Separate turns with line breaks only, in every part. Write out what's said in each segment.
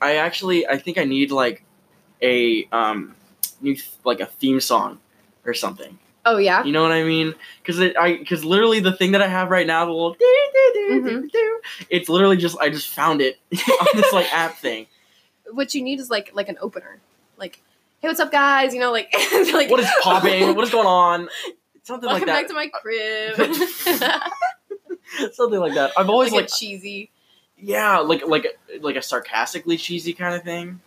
actually, I think I need like a um new th- like a theme song or something.
Oh yeah.
You know what I mean? Because I because literally the thing that I have right now, the little doo, doo,
Mm-hmm.
doo, doo, doo, it's literally just I just found it on this like app thing.
What you need is like like an opener, like hey, what's up, guys? You know, like like
What is popping? What is going on? Something
Welcome
like that.
back to my crib.
Something like that. I've always
like,
like
a cheesy.
yeah, like like like a sarcastically cheesy kind of thing.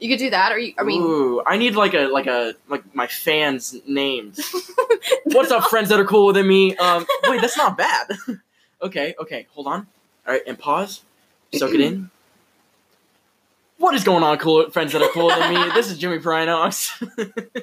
You could do that, or you, I mean,
Ooh, I need like a like a like my fans' names. What's up, friends that are cooler than me? Um, wait, that's not bad. okay, okay, hold on. All right, and pause. Soak it in. What is going on, cool friends that are cooler than me? This is Jimmy Prynox.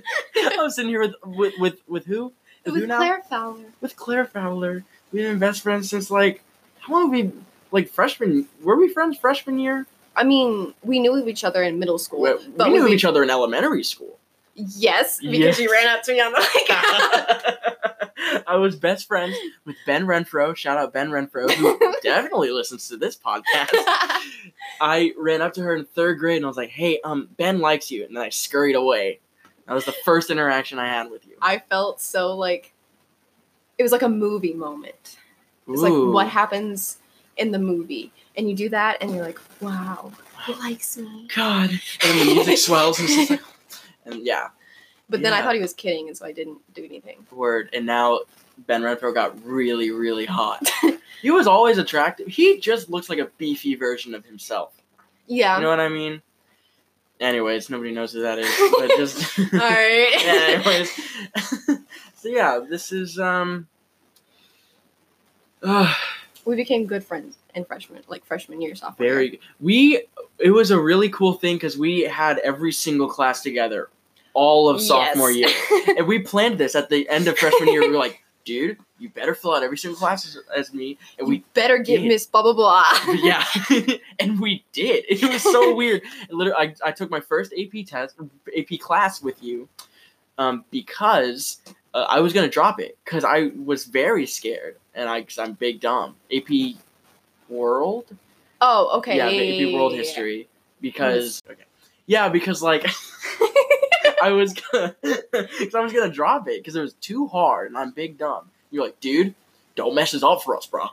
I'm sitting here with with with, with who?
it was
who now?
Claire Fowler.
With Claire Fowler. We've been best friends since like how long? Have we like freshman? Were we friends freshman year?
I mean, we knew of each other in middle school,
We,
but
we knew
we-
each other in elementary school.
yes, because
Yes.
you ran up to me on the like.
I was best friends with Ben Renfro. Shout out Ben Renfro, who definitely listens to this podcast. I ran up to her in third grade and I was like, "Hey, um, Ben likes you," and then I scurried away. That was the first interaction I had with you.
I felt so like it was like a movie moment. It was
Ooh.
like what happens in the movie, and you do that, and you're like, wow, he likes me.
God, and then the music swells and she's like, and yeah,
But then I
Yeah.
thought he was kidding, and so I didn't do anything.
word. And now Ben Renfro got really, really hot. he was always attractive. He just looks like a beefy version of himself.
Yeah.
You know what I mean? Anyways, nobody knows who that is, but just
All right.
yeah, anyways. so yeah, this is um ah,
we became good friends in freshman, like freshman year, sophomore. year.
very g- we it was a really cool thing cuz we had every single class together all of sophomore
Yes.
year. And we planned this at the end of freshman year. We were like, dude, you better fill out every single class as, as me. And we
you better get
did.
Miss blah blah blah.
yeah, and we did. It was so weird. Literally, I, I took my first AP test, AP class with you, um, because uh, I was gonna drop it because I was very scared, and I because I'm big dumb. AP World,
Oh, okay.
yeah, the AP World
yeah, yeah, yeah.
History, because okay, yeah, because like I was gonna, because I was gonna drop it because it was too hard, and I'm big dumb. You're like, dude, don't mess this up for us, bro.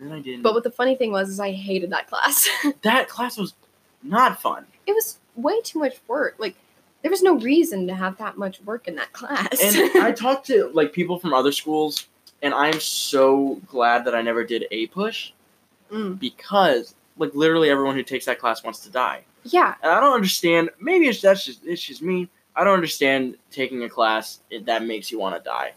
And I didn't.
But what the funny thing was is I hated that class.
that class was not fun.
it was way too much work. Like there was no reason to have that much work in that class.
And I talked to like people from other schools, and I'm so glad that I never did a push
Mm.
because like literally everyone who takes that class wants to die,
Yeah,
and I don't understand. Maybe it's that's just it's just me. I don't understand taking a class that makes you want to die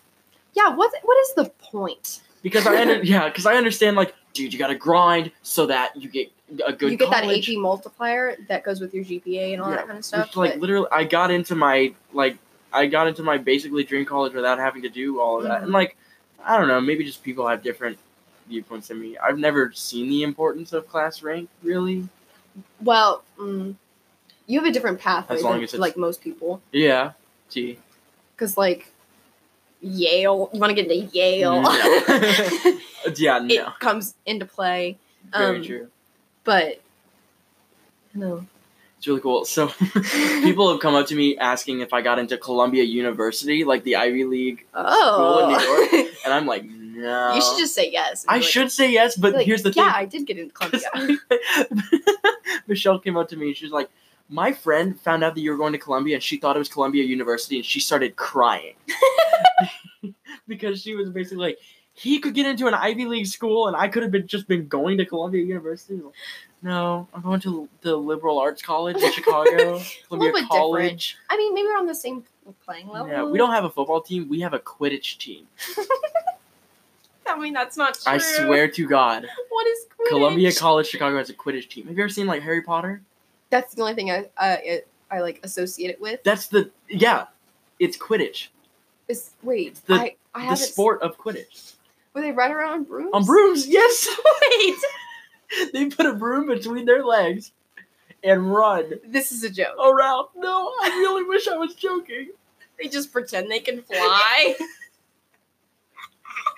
yeah. What what is the point?
because I under, yeah because I understand like dude you got to grind so that you get a good
you get
college.
that AP multiplier that goes with your GPA and all that kind of
Which,
stuff.
like
but-
literally, I got into my like I got into my basically dream college without having to do all of that.
Mhm.
And like, I don't know, maybe just people have different viewpoints than me. I've never seen the importance of class rank really.
well, mm, you have a different pathway
As long
than,
as it's-
like most people,
Yeah. Gee.
because like Yale, you want to get into Yale.
No. Uh, Yeah. Mm, No.
it comes into play.
Very
um,
true.
But no.
It's really cool. So people have come up to me asking if I got into Columbia University, like the Ivy League,
oh,
New and I'm like, no.
you should just say yes.
I
Be like-
should say yes, but
be like,
here's the
yeah,
thing.
I did get into Columbia.
Michelle came up to me and she was like, My friend found out that you were going to Columbia and she thought it was Columbia University and she started crying. because she was basically like, he could get into an Ivy League school and I could have been just been going to Columbia University. I'm like, no, I'm going to the liberal arts college in Chicago. Columbia
bit different.
College.
I mean, maybe we're on the same playing level.
Yeah, we don't have a football team, we have a Quidditch team.
I mean, that's not true.
I swear to God.
What is Quidditch?
Columbia College Chicago has a Quidditch team. Have you ever seen like Harry Potter?
That's the only thing I I, I like associate it with.
That's the yeah. It's Quidditch.
Is wait,
The-
I I
the
haven't.
sport of Quidditch.
Were they right around on brooms?
On brooms, yes.
Wait,
they put a broom between their legs and run
this is a joke.
around. No, I really wish I was joking.
They just pretend they can fly.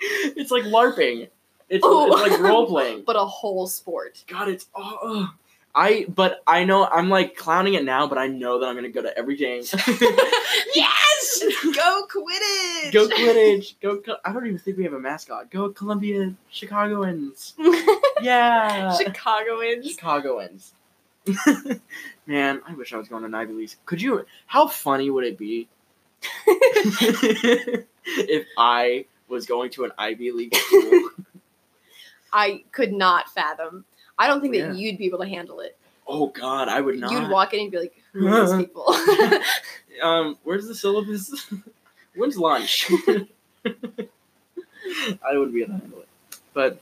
It's like LARPing. It's,
Oh.
it's like role playing.
but a whole sport.
God, it's oh, ugh. I but I know I'm like clowning it now, but I know that I'm gonna go to every game.
yes! Go Quidditch!
go Quidditch. Go. Col- I don't even think we have a mascot. Go Columbia Chicagoans. Yeah.
Chicagoans.
Chicagoans. Man, I wish I was going to an Ivy League. Could you? How funny would it be if I was going to an Ivy League school?
I could not fathom. I don't think
Yeah.
that you'd be able to handle it.
oh God, I would not.
You'd walk in and be like, who are these people?
Um, where's the syllabus? When's lunch? I would be able to handle it, but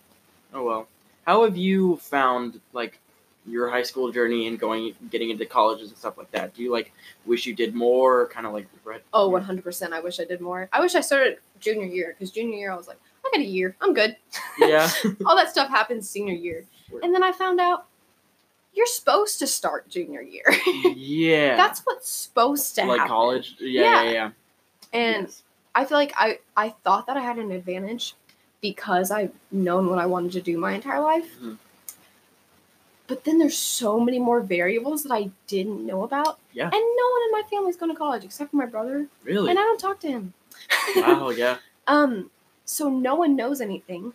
oh well. How have you found like your high school journey and going getting into colleges and stuff like that? Do you like wish you did more? Kind of like regret?
oh, 100%. I wish I did more. I wish I started junior year because junior year I was like, I got a year. I'm good.
yeah.
All that stuff happens senior year. And then I found out you're supposed to start junior year.
yeah.
That's what's supposed to
like
happen.
college. Yeah, yeah,
Yeah.
yeah.
And
Yes.
I feel like I, I thought that I had an advantage because I've known what I wanted to do my entire life.
Mhm.
But then there's so many more variables that I didn't know about.
Yeah.
And no one in my family's going to college except for my brother.
really.
And I don't talk to him.
wow. Yeah.
um, so no one knows anything.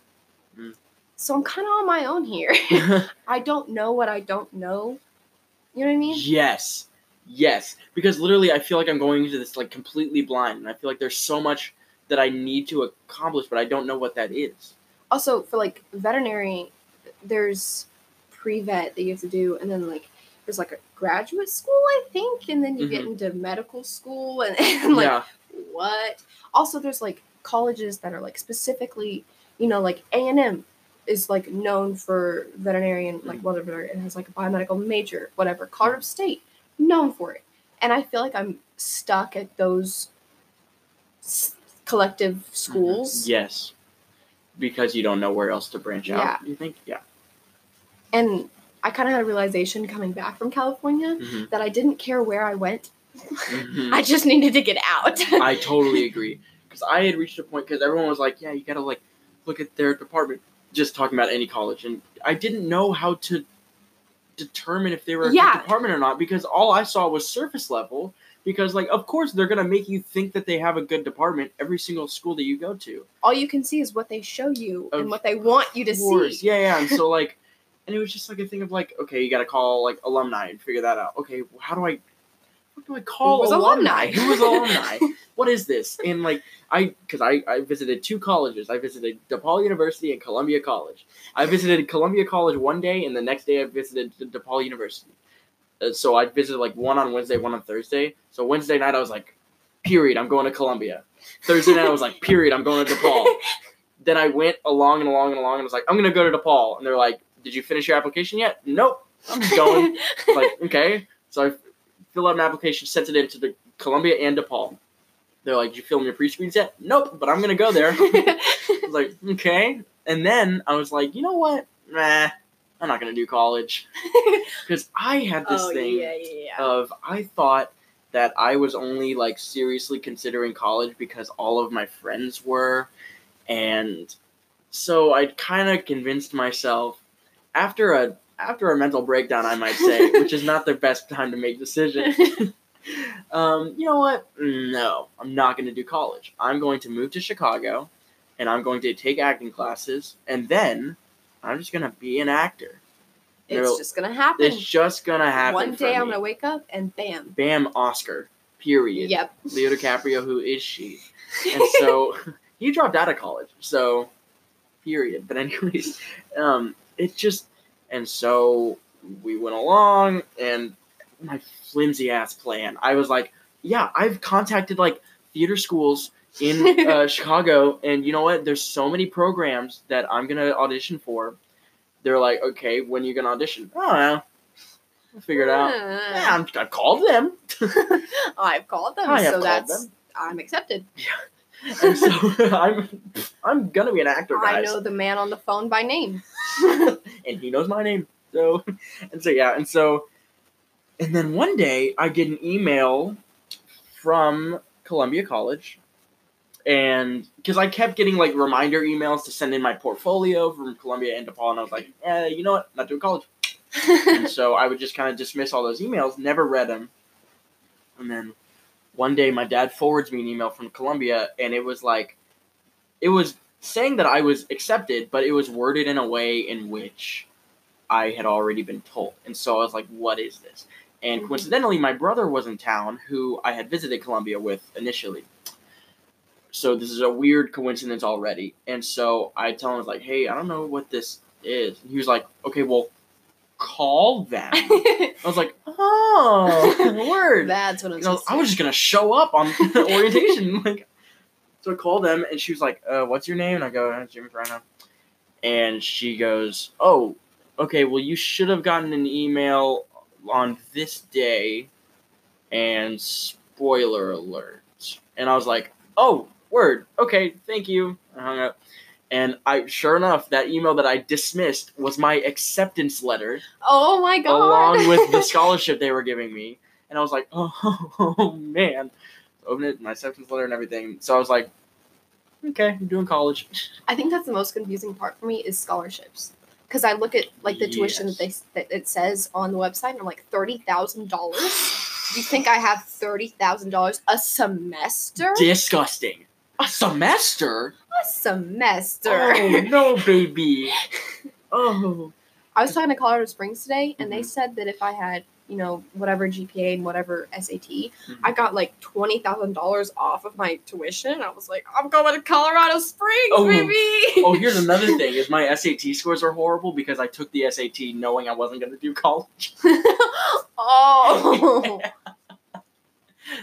Mm.
So I'm kind of on my own here. I don't know what I don't know. You know what I mean?
yes. Yes. Because literally, I feel like I'm going into this like completely blind, and I feel like there's so much that I need to accomplish, but I don't know what that is.
also for like veterinary there's pre-vet that you have to do and then like there's like a graduate school i think and then you get into medical school and, and like
yeah. Mm-hmm.
what also there's like colleges that are like specifically you know like a&m is like known for veterinarian like
Mhm.
whatever it has like a biomedical major whatever colorado state known for it and i feel like i'm stuck at those s- collective schools
Yes. Because you don't know where else to branch out. You think? Yeah.
And I kind of had a realization coming back from California
Mhm.
that I didn't care where I went.
Mhm.
I just needed to get out.
I totally agree. Because I had reached a point because everyone was like, "Yeah, you gotta like look at their department." Just talking about any college, and I didn't know how to determine if they were a
Yeah.
good department or not because all I saw was surface level. Because like, of course, they're gonna make you think that they have a good department every single school that you go to.
All you can see is what they show you
Of
and what they want you to
Wars.
see.
Yeah, yeah. And so like, and it was just like a thing of like, okay, you got to call like alumni and figure that out. Okay, well, how do I, what do I call
Who was alumni?
Who was alumni? what is this? And like, I because I I visited two colleges. I visited DePaul University and Columbia College. I visited Columbia College one day, and the next day I visited De- DePaul University. Uh, so I visited like one on Wednesday, one on Thursday. So Wednesday night I was like, period, I'm going to Columbia. Thursday night I was like, period, I'm going to DePaul then I went along and along and along and was like, I'm gonna go to DePaul. And they're like, Did you finish your application yet? Nope. I'm just going. like, okay. So I filled out an application, sent it in to the Columbia and DePaul. They're like, Did you film your pre-screens yet? Nope, but I'm gonna go
Oh,
there. I was like, okay. And then I was like, you know what? Nah, I'm not gonna do college. Because I had this
oh
thing
yeah, yeah, yeah.
of I thought that I was only like seriously considering college because all of my friends were and so I kind of convinced myself after a after a mental breakdown I might say which is not the best time to make decisions um, you know what? No, I'm not going to do college. I'm going to move to Chicago and I'm going to take acting classes and then I'm just going to be an actor. And
it's
they're-
just gonna happen.
it's just going to happen.
One day
for
I'm
me.
gonna wake up and bam.
Bam Oscar, period.
Yep.
Leo DiCaprio, who is she? And so he dropped out of college. So period. But anyways, um, it just and so we went along and my flimsy ass plan. I was like, yeah, I've contacted like theater schools in uh, Chicago, and you know what? There's so many programs that I'm gonna audition for. They're like, okay, when are you gonna audition? I don't know. We'll figure it out. Yeah, I'm, I called them.
I've called them,
I have
so
called
that's
them.
I'm accepted.
And so I'm I'm gonna be an actor,
I
guys.
know the man on the phone by name.
and he knows my name. So and so yeah, and so and then one day I get an email from Columbia College and because I kept getting like reminder emails to send in my portfolio from Columbia and DePaul, and I was like, eh, you know what, not doing college. and so I would just kind of dismiss all those emails, never read them. And then one day my dad forwards me an email from Columbia and it was like it was saying that I was accepted, but it was worded in a way in which I had already been told. And so I was like, what is this? And
Mhm.
coincidentally, my brother was in town who I had visited Columbia with initially. So this is a weird coincidence already. And so I tell him, I was like, hey, I don't know what this is. And he was like, okay, well, call them. I was like, oh, word.
That's what I'm
You know,
supposed
I was just gonna show up on orientation. Like, so I called them, and she was like, uh, "What's your name?" And I go, uh, "Jimmy Perino." And she goes, "Oh, okay. Well, you should have gotten an email on this day." And spoiler alert. And I was like, "Oh, word. Okay, thank you." I hung up. And I, sure enough, that email that I dismissed was my acceptance letter
Oh my god.
along with the scholarship they were giving me. And I was like, oh, man. Open it, my acceptance letter and everything. So I was like, okay, I'm doing college.
I think that's the most confusing part for me is scholarships. Because I look at like the tuition that they that it says on the website, and I'm like thirty thousand dollars. You think I have thirty thousand dollars a semester?
Disgusting. A semester?
a semester.
Oh, no, baby. Oh.
I was talking to Colorado Springs today, and
Mm-hmm.
they said that if I had, you know, whatever GPA and whatever SAT,
Mm-hmm.
I got like twenty thousand dollars off of my tuition. And I was like, I'm going to Colorado Springs,
Oh.
baby.
Oh, here's another thing is my SAT scores are horrible because I took the SAT knowing I wasn't going to do college.
oh,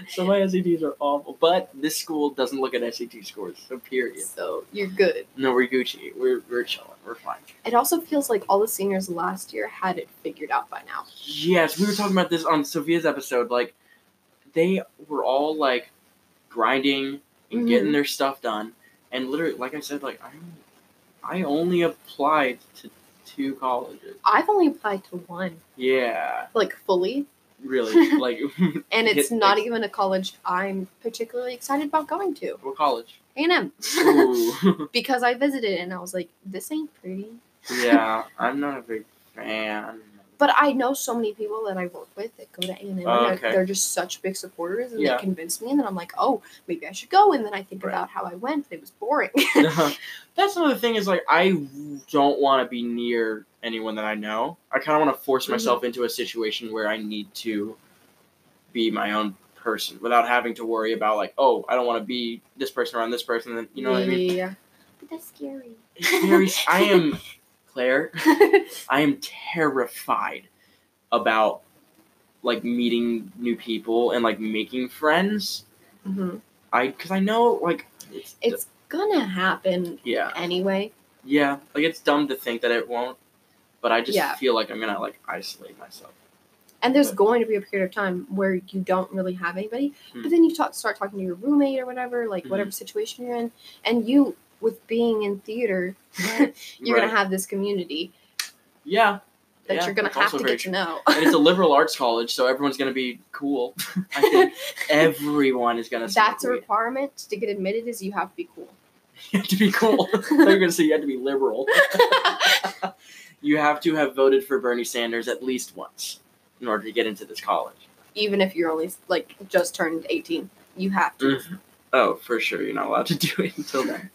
So my SATs are awful. But this school doesn't look at SAT scores, so period.
so you're good.
No, we're Gucci. We're, we're chilling. We're fine.
It also feels like all the seniors last year had it figured out by now.
Yes, we were talking about this on Sophia's episode. Like, they were all like grinding and
Mhm.
getting their stuff done, and literally, like I said, like I, I only applied to two colleges.
I've only applied to one,
Yeah,
like fully,
really. like,
and it's
Hit-
not
like-
even a college I'm particularly excited about going to.
what college?
A&M.
Ooh.
because I visited and I was like, this ain't pretty.
yeah, I'm not a big fan.
But I know so many people that I work with that go to
Oh,
A&M. and
okay.
they're, they're just such big supporters, and
Yeah.
they convinced me. And then I'm like, oh, maybe I should go. And then I think
Right.
about how I went. It was boring.
Uh-huh. That's another thing is like I don't want to be near anyone that I know. I kind of want to force
Mhm.
myself into a situation where I need to be my own person without having to worry about like, oh, I don't want to be this person around this person. And you know what I mean?
Yeah. But that's scary.
It's very- I am Claire.
Mm-hmm.
I am terrified about like meeting new people and like making friends.
Mhm.
I because I know like it's,
It's gonna happen
yeah.
anyway.
Yeah, like it's dumb to think that it won't, but I just
Yeah.
feel like I'm gonna like isolate myself.
And there's going to be a period of time where you don't really have anybody,
Hmm. Mm-hmm.
but then you talk, start talking to your roommate or whatever, like whatever situation you're in, and you with being in theater, you're
Right.
gonna have this community
yeah
that
yeah,
you're gonna
that's
have
also
to
very
get to know.
true. and it's a liberal arts college, so everyone's gonna be cool. I think everyone is gonna. smoke
That's a
weed.
requirement to get admitted is you have to be cool.
you have to be cool. They're gonna say you have to be liberal. You have to have voted for Bernie Sanders at least once in order to get into this college.
Even if you're only like just turned 18, you have to.
Oh, for sure, you're not allowed to do it until then.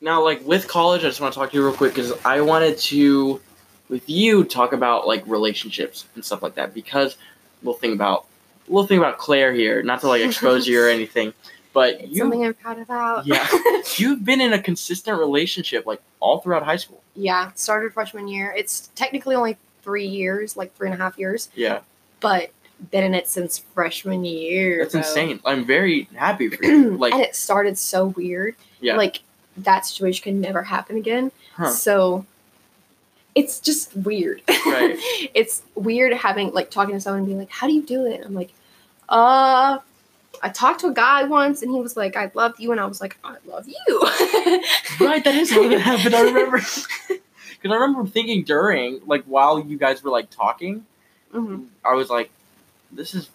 Now, like with college, I just want to talk to you real quick because I wanted to, with you, talk about like relationships and stuff like that. Because we'll think about we'll think about Claire here, not to like expose you or anything, but
It's
you
something I'm proud about.
Yeah. you've been in a consistent relationship like all throughout high school.
yeah. Started freshman year. It's technically only three years, like three and a half years,
Yeah,
but been in it since freshman year.
that's
though.
insane. I'm very happy for you.
and
Like,
it started so weird.
Yeah.
Like that situation can never happen again.
huh?
So it's just weird.
Right.
it's weird having like talking to someone and being like, "How do you do it?" And I'm like, "Uh, I talked to a guy once and he was like, "I love you," and I was like, "I love you."
Right, that is how that happened. I remember. Because I remember thinking during, like, while you guys were, like, talking,
Mhm.
I was like, this is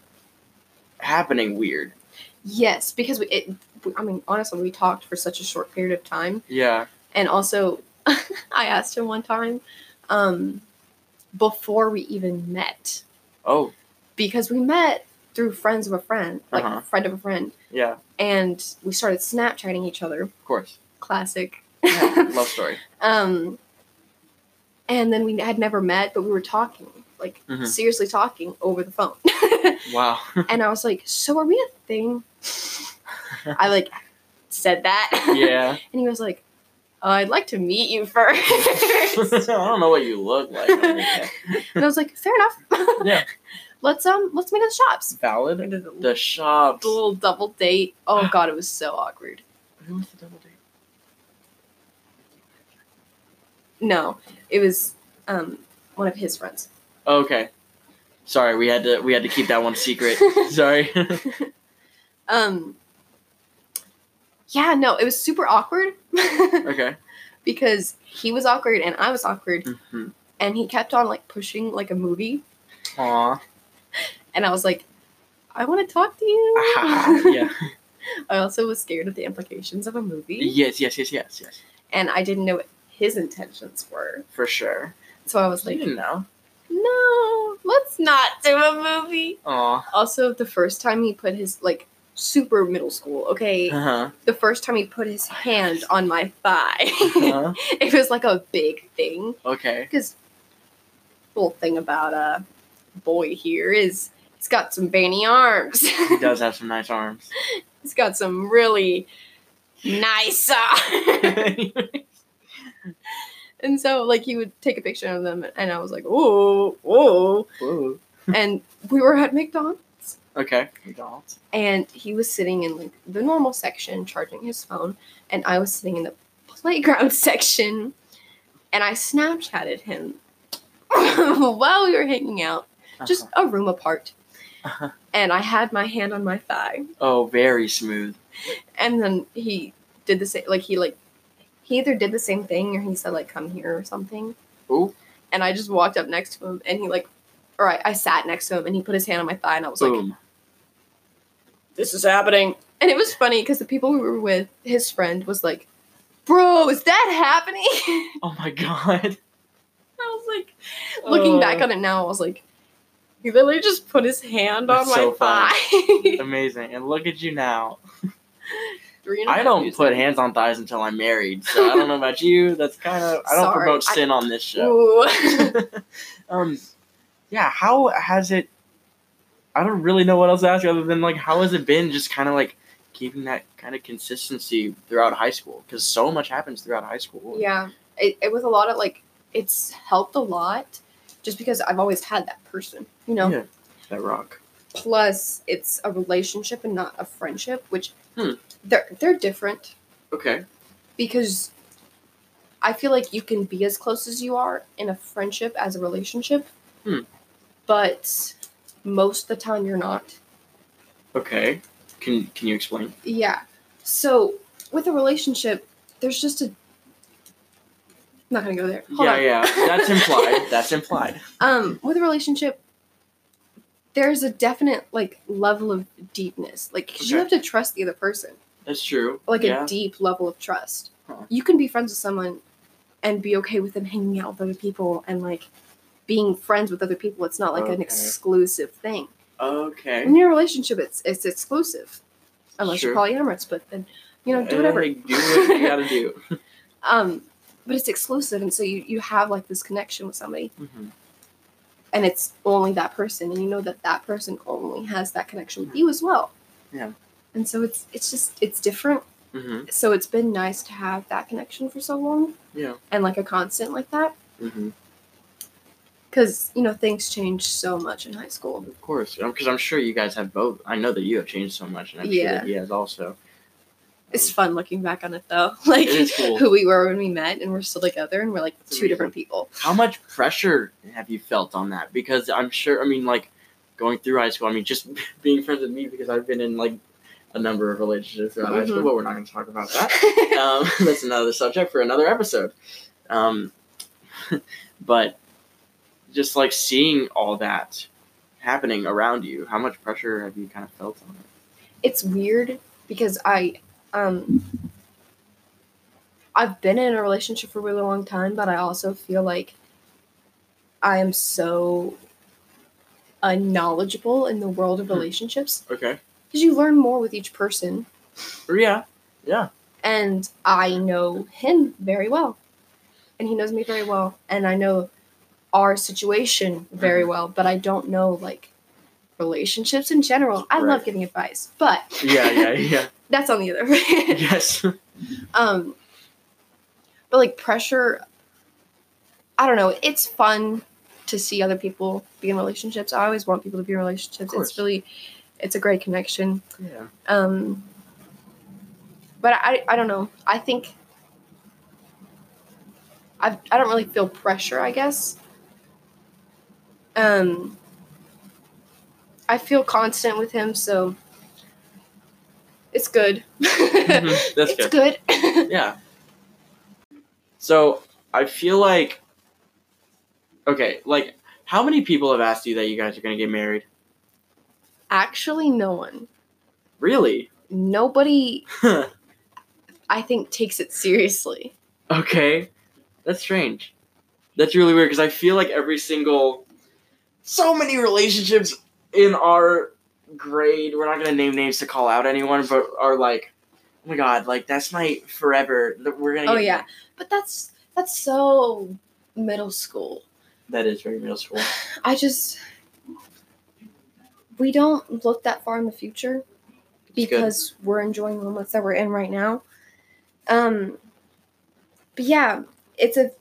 happening weird.
Yes, because we, it, I mean, honestly, we talked for such a short period of time,
Yeah.
and also, I asked him one time, um, before we even met
Oh,
because we met through friends of a friend, like
Uh-huh.
friend of a friend,
yeah, of
and we started Snapchatting each other.
course.
Classic.
Yeah, love story.
um, and then we had never met, but we were talking, like
Mhm.
seriously talking over the phone.
Wow.
and I was like, "So are we a thing?" I like said that.
yeah.
and he was like, oh, "I'd like to meet you first.
I don't know what you look like. but okay.
and I was like, "Fair enough.
Yeah.
let's um, let's meet at the shops." We
Valid.
did a little-
The shops.
a little double date. Oh god, it was so awkward.
Who was the double date?
No, it was um one of his friends.
Okay. Sorry, we had to we had to keep that one secret. Sorry.
Um Yeah, no, it was super awkward
okay.
because he was awkward and I was awkward
Mm-hmm.
and he kept on like pushing like a movie
Aw.
and I was like I want to talk to you.
yeah.
I also was scared of the implications of a movie
Yes, yes, yes, yes, yes.
and I didn't know what his intentions were.
For sure.
So I was
You
like,
didn't know.
"No, let's not do a movie."
Aw.
Also, the first time he put his like super middle school, okay?
Uh-huh.
the first time he put his hand on my thigh.
Uh-huh.
it was like a big thing.
Okay.
Because the whole thing about a boy here is he's got some veiny arms.
He does have some nice arms.
he's got some really nice arms. and so like he would take a picture of them and I was like, oh, oh.
Whoa.
And we were at McDonald's.
Okay. McDonald's.
And he was sitting in like the normal section charging his phone, and I was sitting in the playground section, and I Snapchatted him while we were hanging out, just a room apart.
Uh-huh.
And I had my hand on my thigh,
Oh, very smooth.
and then he did the same. Like he like he either did the same thing or he said like come here or something.
Ooh.
And I just walked up next to him, and he like, or I, I sat next to him, and he put his hand on my thigh, and I was like,
Boom.
this is happening. And it was funny because the people we were with, his friend was like, Bro, is that happening?
oh my god. Oh,
I was like, looking back on it now, I was like, he literally just put his hand on
That's so
my
it.
thigh.
Amazing. And look at you now.
Three and a
I
half
don't
years
put
ago.
hands on thighs until I'm married, so I don't know about you. That's kind of I don't
Sorry,
promote
I-
sin on this show.
Ooh.
um, yeah. How has it? I don't really know what else to ask other than like, how has it been? Just kind of like keeping that kind of consistency throughout high school because so much happens throughout high school.
yeah. It, it was a lot of like, it's helped a lot just because I've always had that person, you know?
Yeah. That rock.
Plus, it's a relationship and not a friendship, which
Hmm.
they're, they're different.
Okay.
because I feel like you can be as close as you are in a friendship as a relationship,
Hmm.
but most of the time you're not.
Okay. Can Can you explain?
Yeah. So with a relationship, there's just a. I'm not gonna go there. Hold
yeah,
on.
yeah. That's implied. That's implied.
um, with a relationship, there's a definite like level of deepness, like 'cause you
Okay.
have to trust the other person.
That's true.
like
yeah.
a deep level of trust.
Huh.
You can be friends with someone and be okay with them hanging out with other people and like being friends with other people. It's not like an
Okay.
exclusive thing.
okay.
In your relationship, it's it's exclusive, unless
Sure.
you're polyamorous. But then you know, do
Uh,
whatever.
Do what you gotta do.
um, but it's exclusive, and so you you have like this connection with somebody,
Mhm.
and it's only that person, and you know that that person only has that connection with you as well.
Yeah.
And so it's it's just it's different.
Mhm.
So it's been nice to have that connection for so long.
Yeah.
and like a constant like that
Mhm.
because you know things change so much in high school
Of course, because I'm sure you guys have both. I know that you have changed so much, and I'm sure
Yeah.
that he has also.
it's fun looking back on it though like
It is cool.
who we were when we met and we're still together and we're like
It's
two different people
How much pressure have you felt on that? Because I'm sure. I mean, like going through high school. I mean, just being friends with me because I've been in like a number of relationships throughout high school.
Mhm.
But we're not going to talk about that. um, that's another subject for another episode. Um, but just like seeing all that happening around you, how much pressure have you kind of felt on it?
it's weird because i um i've been in a relationship for a really long time but i also feel like I am so unknowledgeable in the world of
Hmm.
relationships
Okay.
because you learn more with each person,
Yeah. Yeah.
and I know him very well, and he knows me very well, and I know our situation very
Mm-hmm.
well, but I don't know like relationships in general. I love
Right.
giving advice, but
Yeah. Yeah. Yeah.
that's on the other end.
yes.
Um, but like pressure, I don't know. It's fun to see other people be in relationships. I always want people to be in relationships. It's
course.
really, it's a great connection.
Yeah.
Um, but I, I don't know. I think I, I don't really feel pressure. I guess. Um, I feel constant with him, so it's good.
Mhm, That's
it's
good.
good.
Yeah. So I feel like, okay, like how many people have asked you that you guys are gonna get married?
Actually, no one,
Really?
nobody, I think, takes it seriously.
Okay, that's strange. That's really weird because I feel like every single, so many relationships in our grade. We're not gonna name names to call out anyone, but are like, oh my god, like that's my forever. that We're gonna.
Oh
get
yeah,
married."
but that's that's so middle school.
that is very middle school.
I just we don't look that far in the future
good.
because we're enjoying the moments that we're in right now. Um but yeah, it's a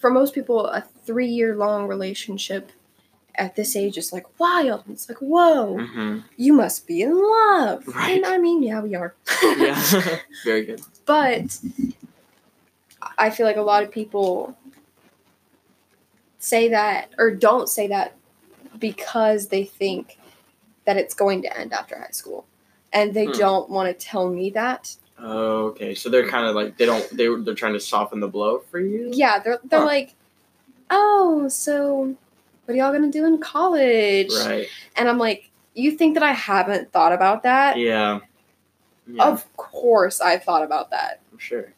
for most people a 3 year long relationship at this age is like wild. It's like, "Whoa,
hmm
you must be in love."
Right.
And I mean, yeah, we are.
Yeah, very good.
but I feel like a lot of people say that or don't say that because they think that it's going to end after high school. And they
Hmm.
don't want to tell me that.
Okay, so they're kind of like they don't they they're trying to soften the blow for you.
Yeah, they're they're
Huh.
like, "Oh, so what are y'all going to do in college?"
Right.
And I'm like, "You think that I haven't thought about that?"
Yeah. Yeah,
Of course I've thought about that.
I'm sure.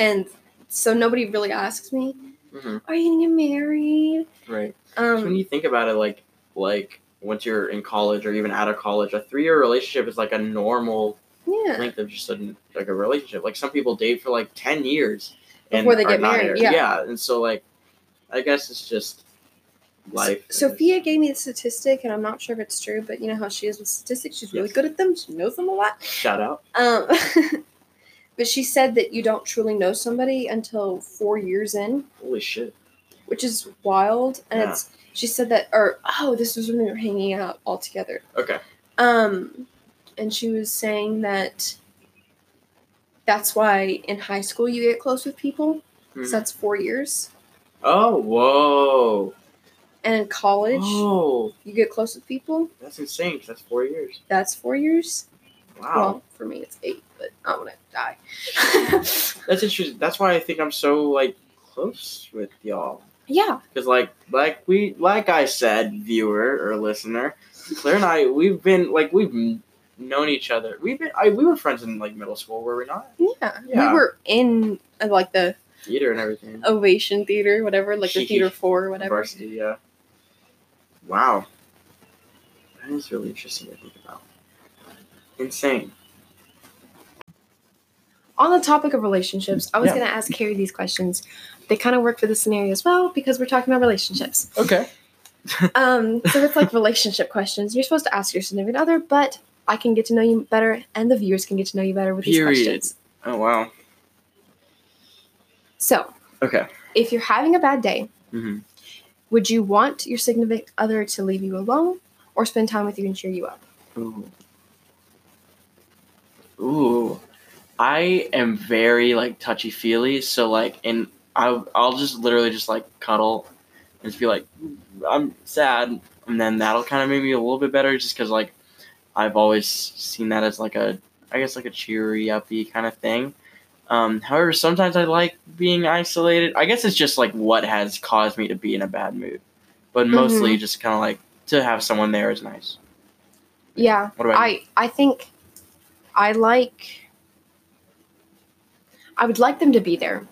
And so nobody really asks me,
hmm
"Are you going to get married?"
Right. So when
Um
you think about it, like like once you're in college or even out of college, a three year relationship is like a normal
yeah.
length of just a, like a relationship. Like some people date for like ten years and
Before they
are
get
not
married,
married.
yeah.
and so like I guess it's just life.
Sophia gave me the statistic, and I'm not sure if it's true, but you know how she is with statistics. She's really
Yes.
good at them. She knows them a lot.
Shout out.
Um, but she said that you don't truly know somebody until four years in,
Holy shit.
which is wild. And
Yeah.
it's she said that, or oh, this was when we were hanging out all together.
Okay.
Um, and she was saying that that's why in high school you get close with people.
Mhm.
So that's four years,
Oh whoa.
and in college
Oh,
you get close with people.
that's insane. 'cause that's four years.
That's four years.
Wow.
Well, for me it's eight, but I want to die.
That's interesting. That's why I think I'm so like close with y'all.
yeah,
Cause like like we like I said, viewer or listener, Claire and I we've been like we've m- known each other. We've been I we were friends in like middle school, were we not?
yeah.
Yeah.
We were in uh, like the
Theater and everything.
Ovation Theater, whatever, like the
Hee hee.
Theater Four, or Oh, whatever.
Varsity, yeah. Wow. That is really interesting to think about. Insane.
On the topic of relationships, I was
Yeah.
going to ask Carrie these questions. They kind of work for this scenario as well because we're talking about relationships.
Okay.
Um, so it's like relationship questions. You're supposed to ask your significant other, but I can get to know you better, and the viewers can get to know you better with
Period.
these questions.
Oh wow.
So,
Okay.
if you're having a bad day,
hmm
would you want your significant other to leave you alone or spend time with you and cheer you up?
Ooh. Ooh. I am very like touchy feely, so like, and I I'll just literally just like cuddle and just be like, I'm sad, and then that'll kind of make me a little bit better, just because like I've always seen that as like a I guess like a cheery uppy kind of thing. Um, however, sometimes I like being isolated. I guess it's just like what has caused me to be in a bad mood, but mostly just kind of like to have someone there is nice.
Yeah,
What about you?
I I think I like I would like them to be there,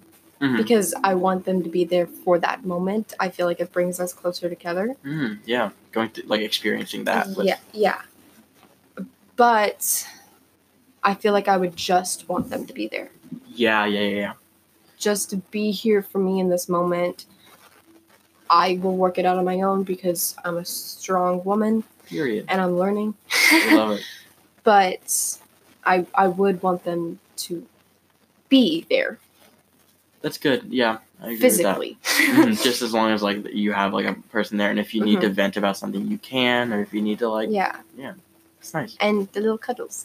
Mhm.
because I want them to be there for that moment. I feel like it brings us closer together.
Mm, yeah, going through like experiencing that. With,
yeah, yeah. But I feel like I would just want them to be there.
yeah, yeah, yeah, yeah.
Just to be here for me in this moment. I will work it out on my own because I'm a strong woman
Period.
and I'm learning.
I love it.
but I I would want them to be there
That's good. Yeah, I agree
physically.
With that. Mhm, Just as long as like you have like a person there, and if you need to vent about something, you can, or if you need to like,
Uh-huh. yeah,
it's nice.
and the little cuddles.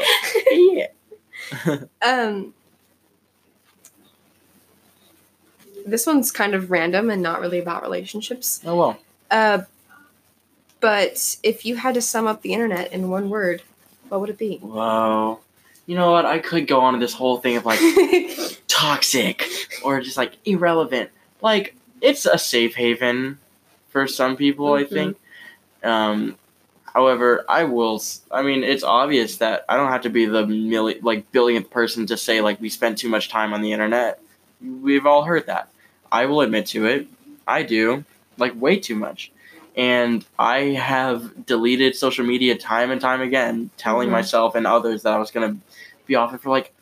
yeah.
um This one's kind of random and not really about relationships.
Oh well.
Uh but if you had to sum up the internet in one word, what would it be?
Whoa. You know what? I could go on to this whole thing of like toxic or just like irrelevant. Like it's a safe haven for some people, I
Mhm.
think. Um, however, I will. s- I mean, it's obvious that I don't have to be the milli- like billionth person to say like we spend too much time on the internet. We've all heard that. I will admit to it. I do like way too much. And I have deleted social media time and time again, telling
Mhm.
myself and others that I was going to be off it for like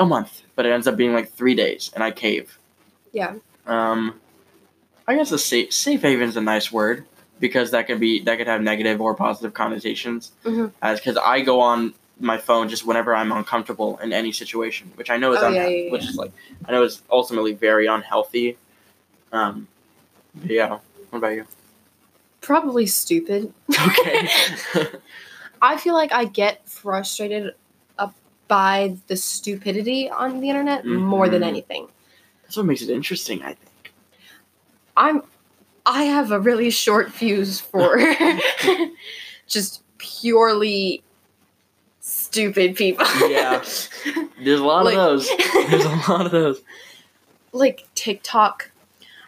a month, but it ends up being like three days, and I cave.
yeah.
Um, I guess a safe safe haven's a nice word because that could be that could have negative or positive connotations.
Mhm.
As because I go on my phone just whenever I'm uncomfortable in any situation, which I know is
Oh, yeah,
unha-
yeah, yeah,
which is like I know is ultimately very unhealthy. Um, but yeah. What about you?
Probably stupid.
Okay.
I feel like I get frustrated up by the stupidity on the internet more than
Mhm.
anything.
That's what makes it interesting, I think.
I'm I have a really short fuse for just purely stupid people.
Yeah. There's a lot
Like-
of those. There's a lot of those.
like TikTok.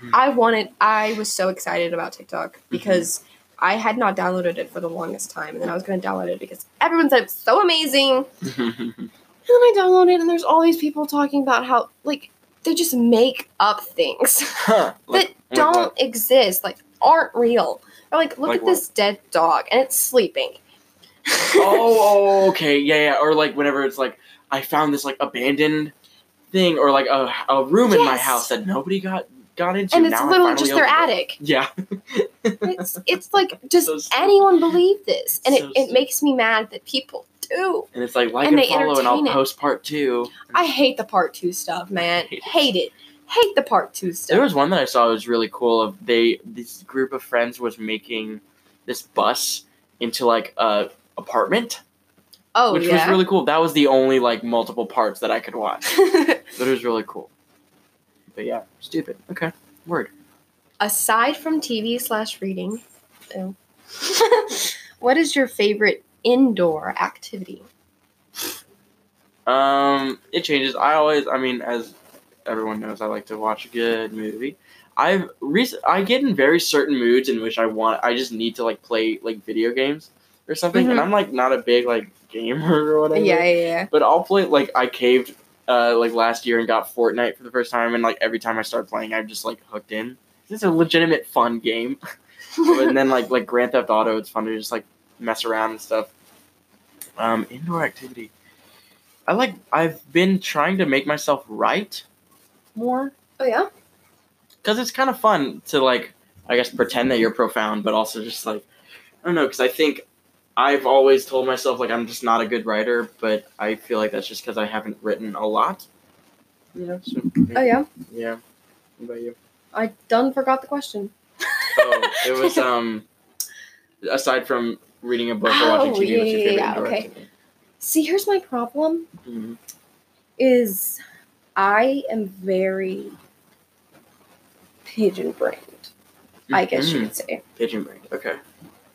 Hmm. Mm-hmm.
I wanted I was so excited about TikTok because I had not downloaded it for the longest time and then I was going to download it because everyone said it's so amazing. And then I downloaded it and there's all these people talking about how like they just make up things.
huh. Like-
that
like
don't
what?
exist, like aren't real. Or like, look
Like
at this dead dog and it's sleeping.
oh, oh, okay, yeah, yeah. Or like whenever it's like I found this like abandoned thing, or like a, a room in my
Yes.
house that nobody got got into.
and it's
Now I
literally
finally
just their
opened it.
attic.
Yeah,
It's it's like does
So stupid.
anyone believe this? And
So
it, it
stupid.
makes me mad that people do.
and it's like like
And
and,
they
follow, and I'll
entertain it.
post part two.
I hate the part two stuff, man.
Hate it.
Hate it. Hate the part two
There
stuff.
was one that I saw that was really cool. Of they this group of friends was making this bus into like a apartment,
oh
which
yeah.
was really cool. That was the only like multiple parts that I could watch. That was really cool. But yeah, stupid. Okay, word.
Aside from TV slash reading, ew. what is your favorite indoor activity?
Um, it changes. I always, I mean, as everyone knows, I like to watch a good movie. I've rec- I get in very certain moods in which I want. I just need to like play like video games or something, and
Mhm.
I'm like not a big like gamer or whatever.
Yeah, yeah, yeah.
But I'll play like I caved uh like last year and got Fortnite for the first time, and like every time I start playing, I'm just like hooked in. This is a legitimate fun game. and then like like Grand Theft Auto, it's fun to just like mess around and stuff. Um, indoor activity. I like. I've been trying to make myself write more
oh yeah.
because it's kind of fun to like. I guess pretend that you're profound, but also just like I don't know because I think I've always told myself like I'm just not a good writer, but I feel like that's just because I haven't written a lot. You know. So,
Oh yeah.
yeah. What about you?
I done forgot the question.
Oh, it was um. Aside from reading a book or watching
Oh,
TV, what's your
yeah,
favorite
yeah,
indoor
okay.
activity?
See, here's my problem
Mhm.
is I am very pigeon brained, I guess you
Mhm.
could say.
Pigeon brain. Okay.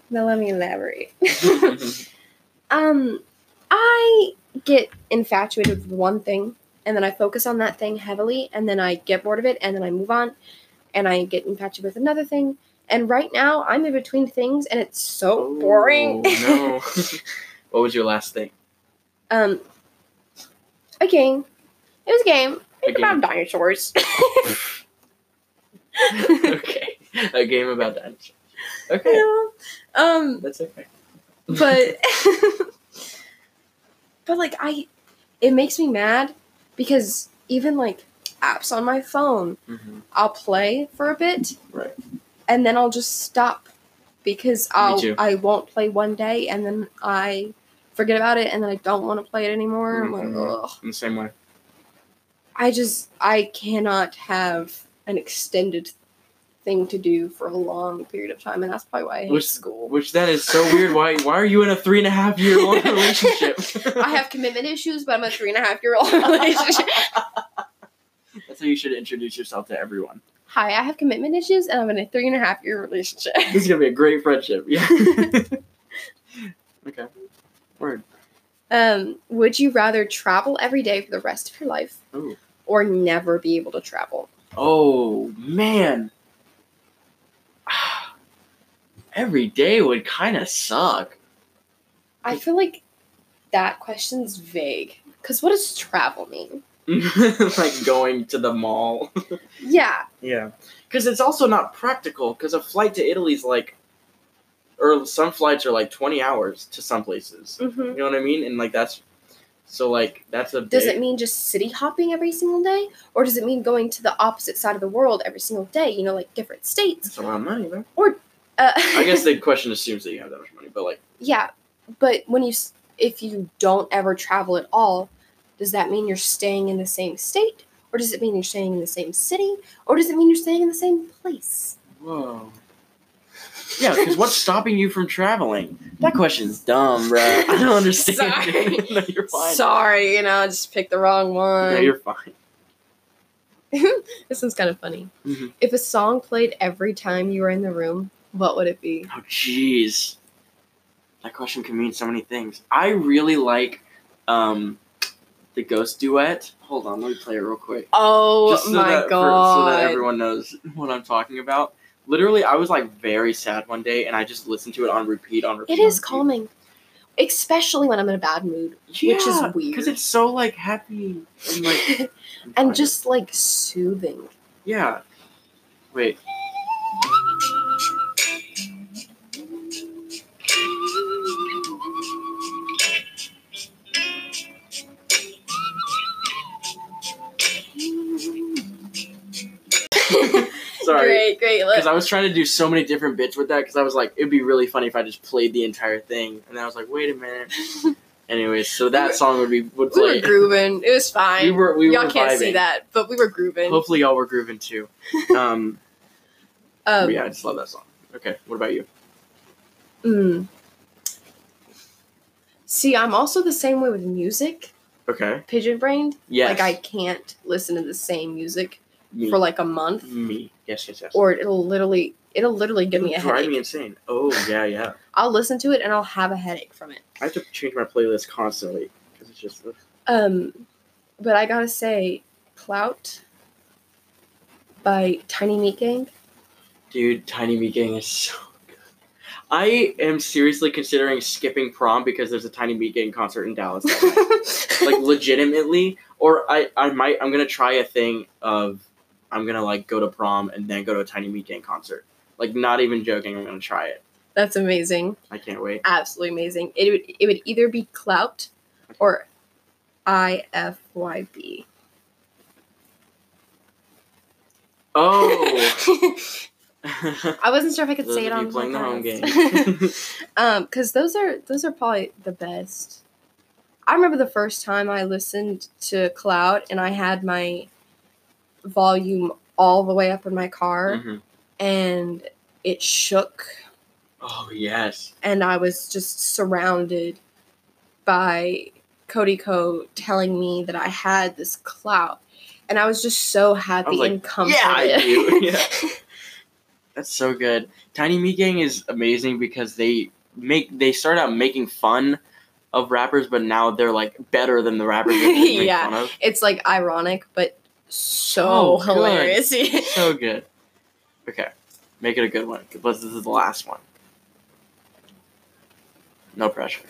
Now let me elaborate. um I get infatuated with one thing and then I focus on that thing heavily and then I get bored of it and then I move on and I get infatuated with another thing. And right now I'm in between things and it's so boring.
no. what was your last thing?
um a game. It was a game. It
A
Think about dinosaurs.
game. okay, a game about dinosaurs. Okay,
You know? Um,
that's okay.
but but like I, it makes me mad because even like apps on my phone,
Mhm.
I'll play for a bit,
Right.
and then I'll just stop because I'll
too.
I won't play one day and then I forget about it and then I don't want to play it anymore. I'm like,
Mhm.
ugh.
In the same way.
I just I cannot have an extended thing to do for a long period of time, and that's probably why I hate
Which-
school.
Which then is so weird. Why? Why are you in a three and a half year long relationship?
I have commitment issues, but I'm a three and a half year old relationship.
That's how you should introduce yourself to everyone.
Hi, I have commitment issues, and I'm in a three and a half year relationship.
This is gonna be a great friendship. Yeah. okay. Word.
Um, would you rather travel every day for the rest of your life,
Ooh.
or never be able to travel?
Oh man. Every day would kind of suck.
I feel like that question's vague. Cause what does travel mean?
like going to the mall.
Yeah,
Yeah. Because it's also not practical. Because a flight to Italy's like, or some flights are like twenty hours to some places.
mm-hmm.
You know what I mean? And like that's, so like that's a.
Does
big-
it mean just city hopping every single day? Or does it mean going to the opposite side of the world every single day? You know, like different states?
That's a lot of money, though.
Uh,
I guess the question assumes that you have that much money, but like,
yeah, but when you, s- if you don't ever travel at all, does that mean you're staying in the same state? Or does it mean you're staying in the same city? Or does it mean you're staying in the same place?
whoa. Yeah, because what's stopping you from traveling? That question's dumb, bro. I don't understand.
Sorry.
no, you're fine.
Sorry, you know, I just picked the wrong one.
No, you're fine.
this one's kind of funny.
Mhm.
If a song played every time you were in the room, what would it be?
Oh, jeez. That question can mean so many things. I really like um, the Ghost duet. Hold on, let me play it real quick.
Oh
Just so
my
that for-
god.
so that everyone knows what I'm talking about. Literally, I was like very sad one day, and I just listened to it on repeat on repeat.
It is
on repeat.
calming, especially when I'm in a bad mood, which is
Because
weird.
it's so like happy and like
and just like soothing.
yeah. Wait. Sorry.
Great, great.
Because
Look.
I was trying to do so many different bits with that because I was like, it'd be really funny if I just played the entire thing. And I was like, wait a minute. Anyways, so
We
that
were-
song would be would
We
play.
were grooving. It was fine.
We were we
Y'all
were
can't see
vibing.
that, but we were grooving.
Hopefully y'all were grooving too. Um,
Um,
yeah, I just love that song. Okay, what about you?
mm. See, I'm also the same way with music,
Okay.
pigeon brained.
Yes.
Like, I can't listen to the same music
me.
for like a month,
me. Yes, yes, yes.
or it'll literally. It'll literally give me a
It'll drive
headache.
me insane. Oh yeah, yeah.
I'll listen to it and I'll have a headache from it.
I have to change my playlist constantly because it's just.
Um, but I gotta say, Clout by Tiny Meat Gang.
Dude, Tiny Meat Gang is so good. I am seriously considering skipping prom because there's a Tiny Meat Gang concert in Dallas. that night. like legitimately, or I I might I'm gonna try a thing of I'm gonna like go to prom and then go to a Tiny Meat Gang concert. Like not even joking, I'm gonna try it.
That's amazing,
I can't wait.
absolutely amazing. It would it would either be Clout or IFYB.
Oh.
I wasn't sure if I could
Those
say it
of
on
you playing the home game.
podcast. um, because those are those are probably the best. I remember the first time I listened to Clout and I had my volume all the way up in my car.
Mhm.
and it shook
Oh yes.
and i was just surrounded by cody co telling me that i had this clout and i was just so happy
like,
and comforted
"Yeah, I do." Yeah. That's so good. Tiny Meat Gang is amazing because they make they start out making fun of rappers, but now they're like better than the rappers they make
Yeah.
fun of.
it's like ironic but so
So Oh, good.
hilarious
So good. Okay, make it a good one. Because this is the last one. No pressure.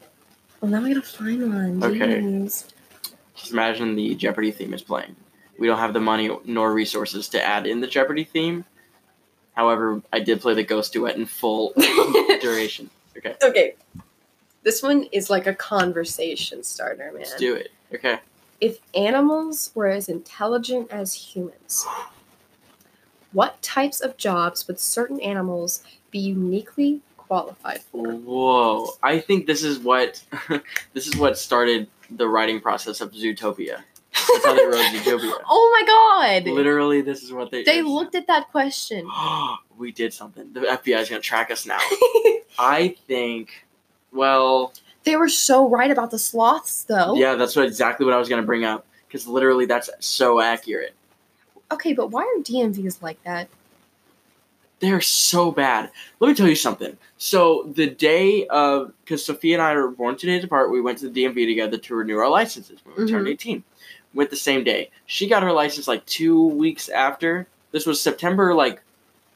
well now i gotta find one
Okay.
Jeez.
Just imagine the Jeopardy theme is playing. We don't have the money nor resources to add in the Jeopardy theme. However, I did play the Ghost duet in full duration. Okay,
okay. This one is like a conversation starter, man.
let's do it. Okay.
If animals were as intelligent as humans, what types of jobs would certain animals be uniquely qualified for?
Whoa. I think this is what this is what started the writing process of Zootopia. That's how they wrote Zootopia.
oh my god!
Literally, this is what they
They
it's-
looked at that question.
we did something. The FBI is gonna track us now. I think. Well,
they were so right about the sloths, though.
yeah, that's what exactly what I was gonna bring up because literally that's so accurate.
Okay, but why are DMVs like that?
They're so bad. Let me tell you something. So the day of, because Sophia and I were born two days apart, we went to the DMV together to renew our licenses when we turned
Mhm.
eighteen. Went the same day. She got her license like two weeks after. This was September like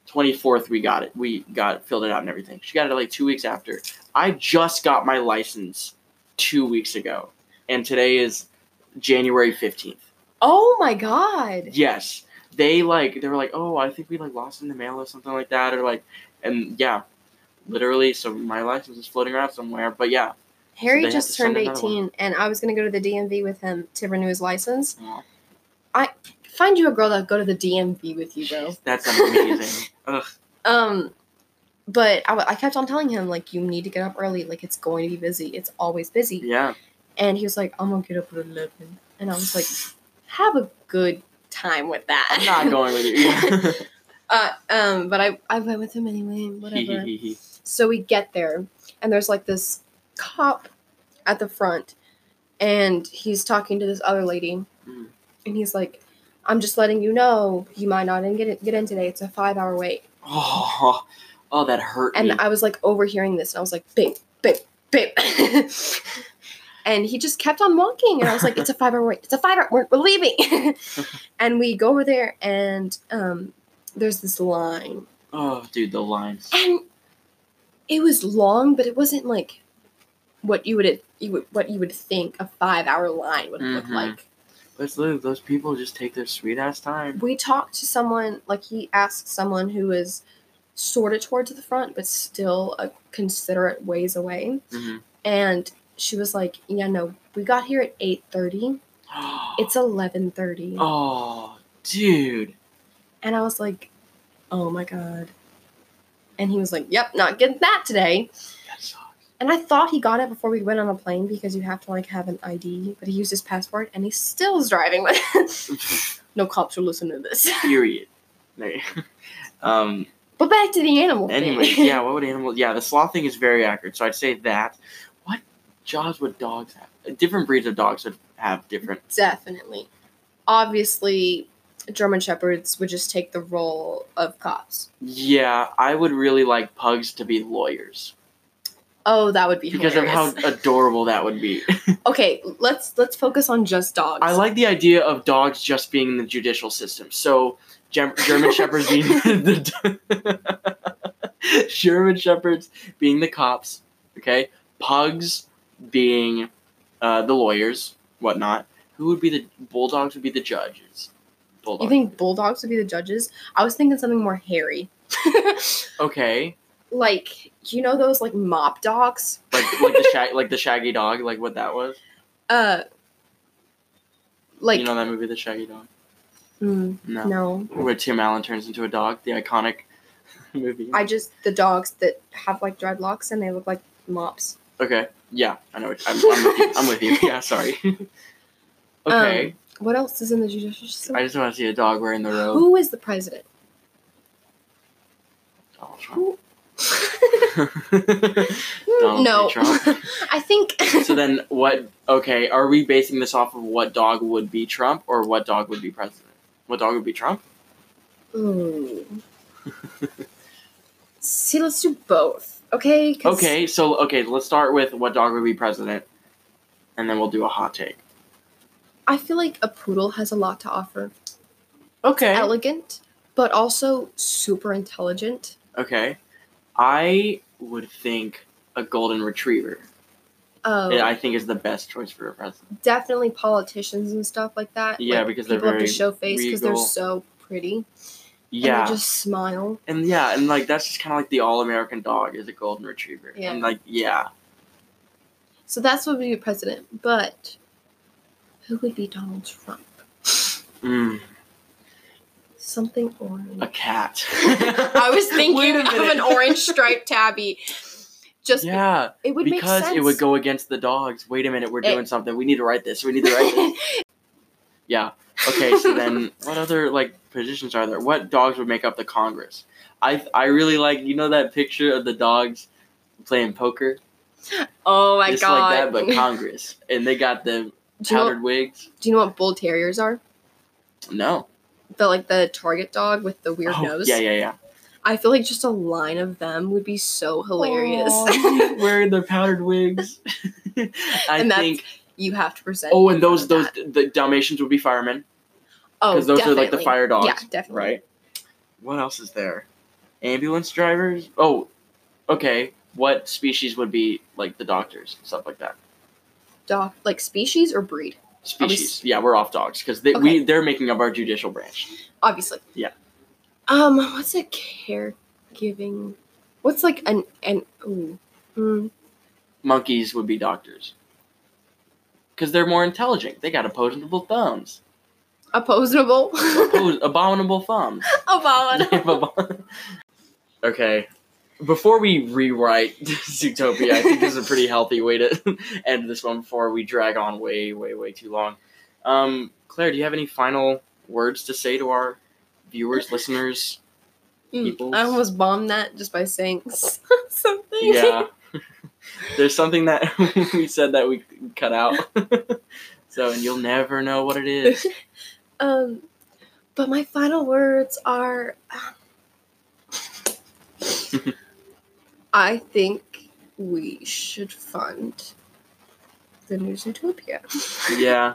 twenty fourth. We got it. We got filled it out and everything. She got it like two weeks after. I just got my license two weeks ago, and today is January fifteenth.
Oh my god!
Yes. They like they were like, oh, I think we like lost it in the mail or something like that, or like, and yeah, literally. So my license is floating around somewhere, but yeah,
Harry
they have to
just
send
turned
another one.
18, and I was gonna go to the DMV with him to renew his license.
Aw.
I find you a girl that'll go to the DMV with you, bro.
that's amazing. Ugh.
Um, but I, w- I kept on telling him like, you need to get up early. Like it's going to be busy. It's always busy.
Yeah.
And he was like, I'm gonna get up at eleven. And I was like, have a good time with that.
I'm not going with you.
Uh, um, but I I went with him anyway.
Hee hee
Whatever.
hee hee.
So we get there, and there's like this cop at the front, and he's talking to this other lady,
Mm.
and he's like, "I'm just letting you know, you might not in- get it, get in today. It's a five hour wait."
oh, oh, that hurt.
And
me.
I was like overhearing this, and I was like, "Bing, bing, bing," and he just kept on walking, and I was like, "It's a five hour wait. It's a five hour. We're, we're leaving." and we go over there, and um, there's this line,
oh, dude, the lines.
and it was long, but it wasn't like what you would you would, what you would think a five hour line would look
Mhm.
like.
Let's live. Those people just take their sweet ass time.
We talked to someone, like he asked someone who was sort of towards the front, but still a considerate ways away,
Mhm.
and she was like, "Yeah, no, we got here at eight thirty. It's eleven thirty,
oh, dude.
and I was like, "Oh my god." And he was like, "Yep, not getting that today."
That sucks.
And I thought he got it before we went on a plane because you have to like have an ID, but he used his passport and he still is driving. no cops will listen to this.
Period. There- um.
But back to the animal
Anyways,
thing.
yeah, what would animals? Yeah, the sloth thing is very accurate. So I'd say that. What jobs would dogs have? Different breeds of dogs would have different.
Definitely. Obviously, German shepherds would just take the role of cops.
Yeah, I would really like pugs to be lawyers
Oh, that would be
because of how
hilarious.
adorable that would be.
Okay, let's let's focus on just dogs.
I like the idea of dogs just being in the judicial system. So Gem- German shepherds being the German shepherds being the cops. Okay, pugs being uh, the lawyers, whatnot. Who would be the bulldogs? Would be the judges. Bulldogs.
you think bulldogs would be the judges? I was thinking something more hairy.
okay,
like, you know those like mop dogs?
like like the shag- like the Shaggy dog, like what that was.
Uh like
you know that movie, The Shaggy Dog.
mm,
No.
no.
where Tim Allen turns into a dog, the iconic movie.
I just the dogs that have like dreadlocks and they look like mops.
Okay. Yeah, I know. what- I'm, I'm, with you. I'm with you. Yeah, sorry. okay.
What else is in the judicial system?
I just want to see a dog wearing the robe.
Um, Who is the president?
Donald Trump.
Who?
Donald
no,
J. Trump.
I think
so then, what? Okay, are we basing this off of what dog would be Trump or what dog would be president? What dog would be Trump?
Mm. See, let's do both. Okay. 'Cause
Okay, so okay, let's start with what dog would be president, and then we'll do a hot take.
I feel like a poodle has a lot to offer.
Okay.
Elegant, but also super intelligent.
Okay. I would think a golden retriever.
Oh,
I think is the best choice for a president.
definitely politicians and stuff like that.
Yeah,
like,
because they're
people have to
very
show face because they're
regal.
so pretty.
Yeah,
and they just smile.
and yeah, and like that's just kind of like the all-American dog is a golden retriever.
Yeah.
and like yeah,
So that's what would be president. But who would be Donald Trump?
mm,
Something
a
orange.
cat.
I was
Wait
thinking
a
of
minute.
an orange striped tabby. Just
yeah,
it would make
because
sense.
it would go against the dogs. Wait a minute, we're
It-
doing something. We need to write this. We need to write this. Yeah. Okay, so then what other like positions are there? What dogs would make up the Congress? I I really like you know that picture of the dogs playing poker.
oh my
just
god!
like that, but Congress, and they got the
do, you know,
powdered wigs.
do you know what bull terriers are?
No.
The like the target dog with the weird
Oh,
nose.
Yeah, yeah, yeah.
I feel like just a line of them would be so hilarious.
Aw, wearing their powdered wigs. I
And that's-
think.
you have to present.
Oh,
in
and
front
those
of
those
that.
the Dalmatians would be firemen
Oh,
because those are like the
definitely.
fire dogs,
Yeah, definitely.
right? What else is there? Ambulance drivers. Oh, okay. What species would be like the doctors, stuff like that?
Dog, like species or breed,
Species. yeah, we're off dogs because they, we they're making up our judicial branch.
obviously.
Yeah.
Um, what's a caregiving? What's like an an? Ooh, mm,
Monkeys would be doctors because they're more intelligent. They got opposable thumbs.
opposable.
Those abominable thumbs.
Abominable.
okay. Before we rewrite Zootopia, I think this is a pretty healthy way to end this one before we drag on way, way, way too long. Um, Claire, do you have any final words to say to our viewers, listeners?
Mm,
Peoples.
I almost bombed that just by saying s- something.
Yeah. There's something that we said that we cut out. so, and you'll never know what it is.
Um, but my final words are um, I think we should fund the new Zootopia.
Yeah.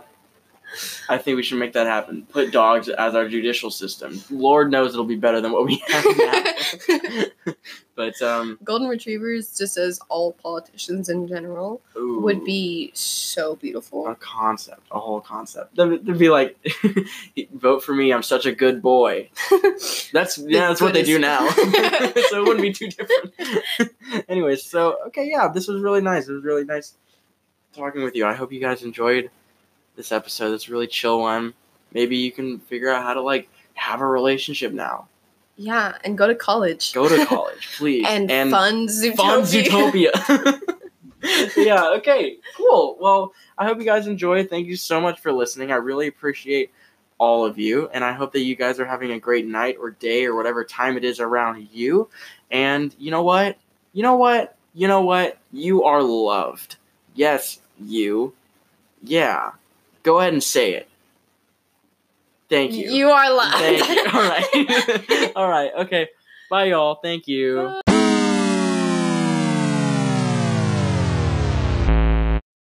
I think we should make that happen. Put dogs as our judicial system. Lord knows it'll be better than what we have now. But um,
Golden retrievers, just as all politicians in general,
ooh,
would be so beautiful.
a concept, a whole concept. They'd, they'd be like, "Vote for me, I'm such a good boy." That's yeah, that's what they do now.
goodest.
so it wouldn't be too different. Anyways, so okay, yeah, this was really nice. It was really nice talking with you. I hope you guys enjoyed this episode. It's a really chill one. Maybe you can figure out how to like have a relationship now.
Yeah, and go to college.
Go to college, please,
and, fund Zootopia.
Fun's Utopia. yeah, okay, cool. Well, I hope you guys enjoy. Thank you so much for listening. I really appreciate all of you, and I hope that you guys are having a great night or day or whatever time it is around you. And you know what? You know what? You know what? You are loved. Yes, you. Yeah. Go ahead and say it. Thank you.
You are live.
Thank you. All right. all right. Okay. Bye, y'all. Thank you.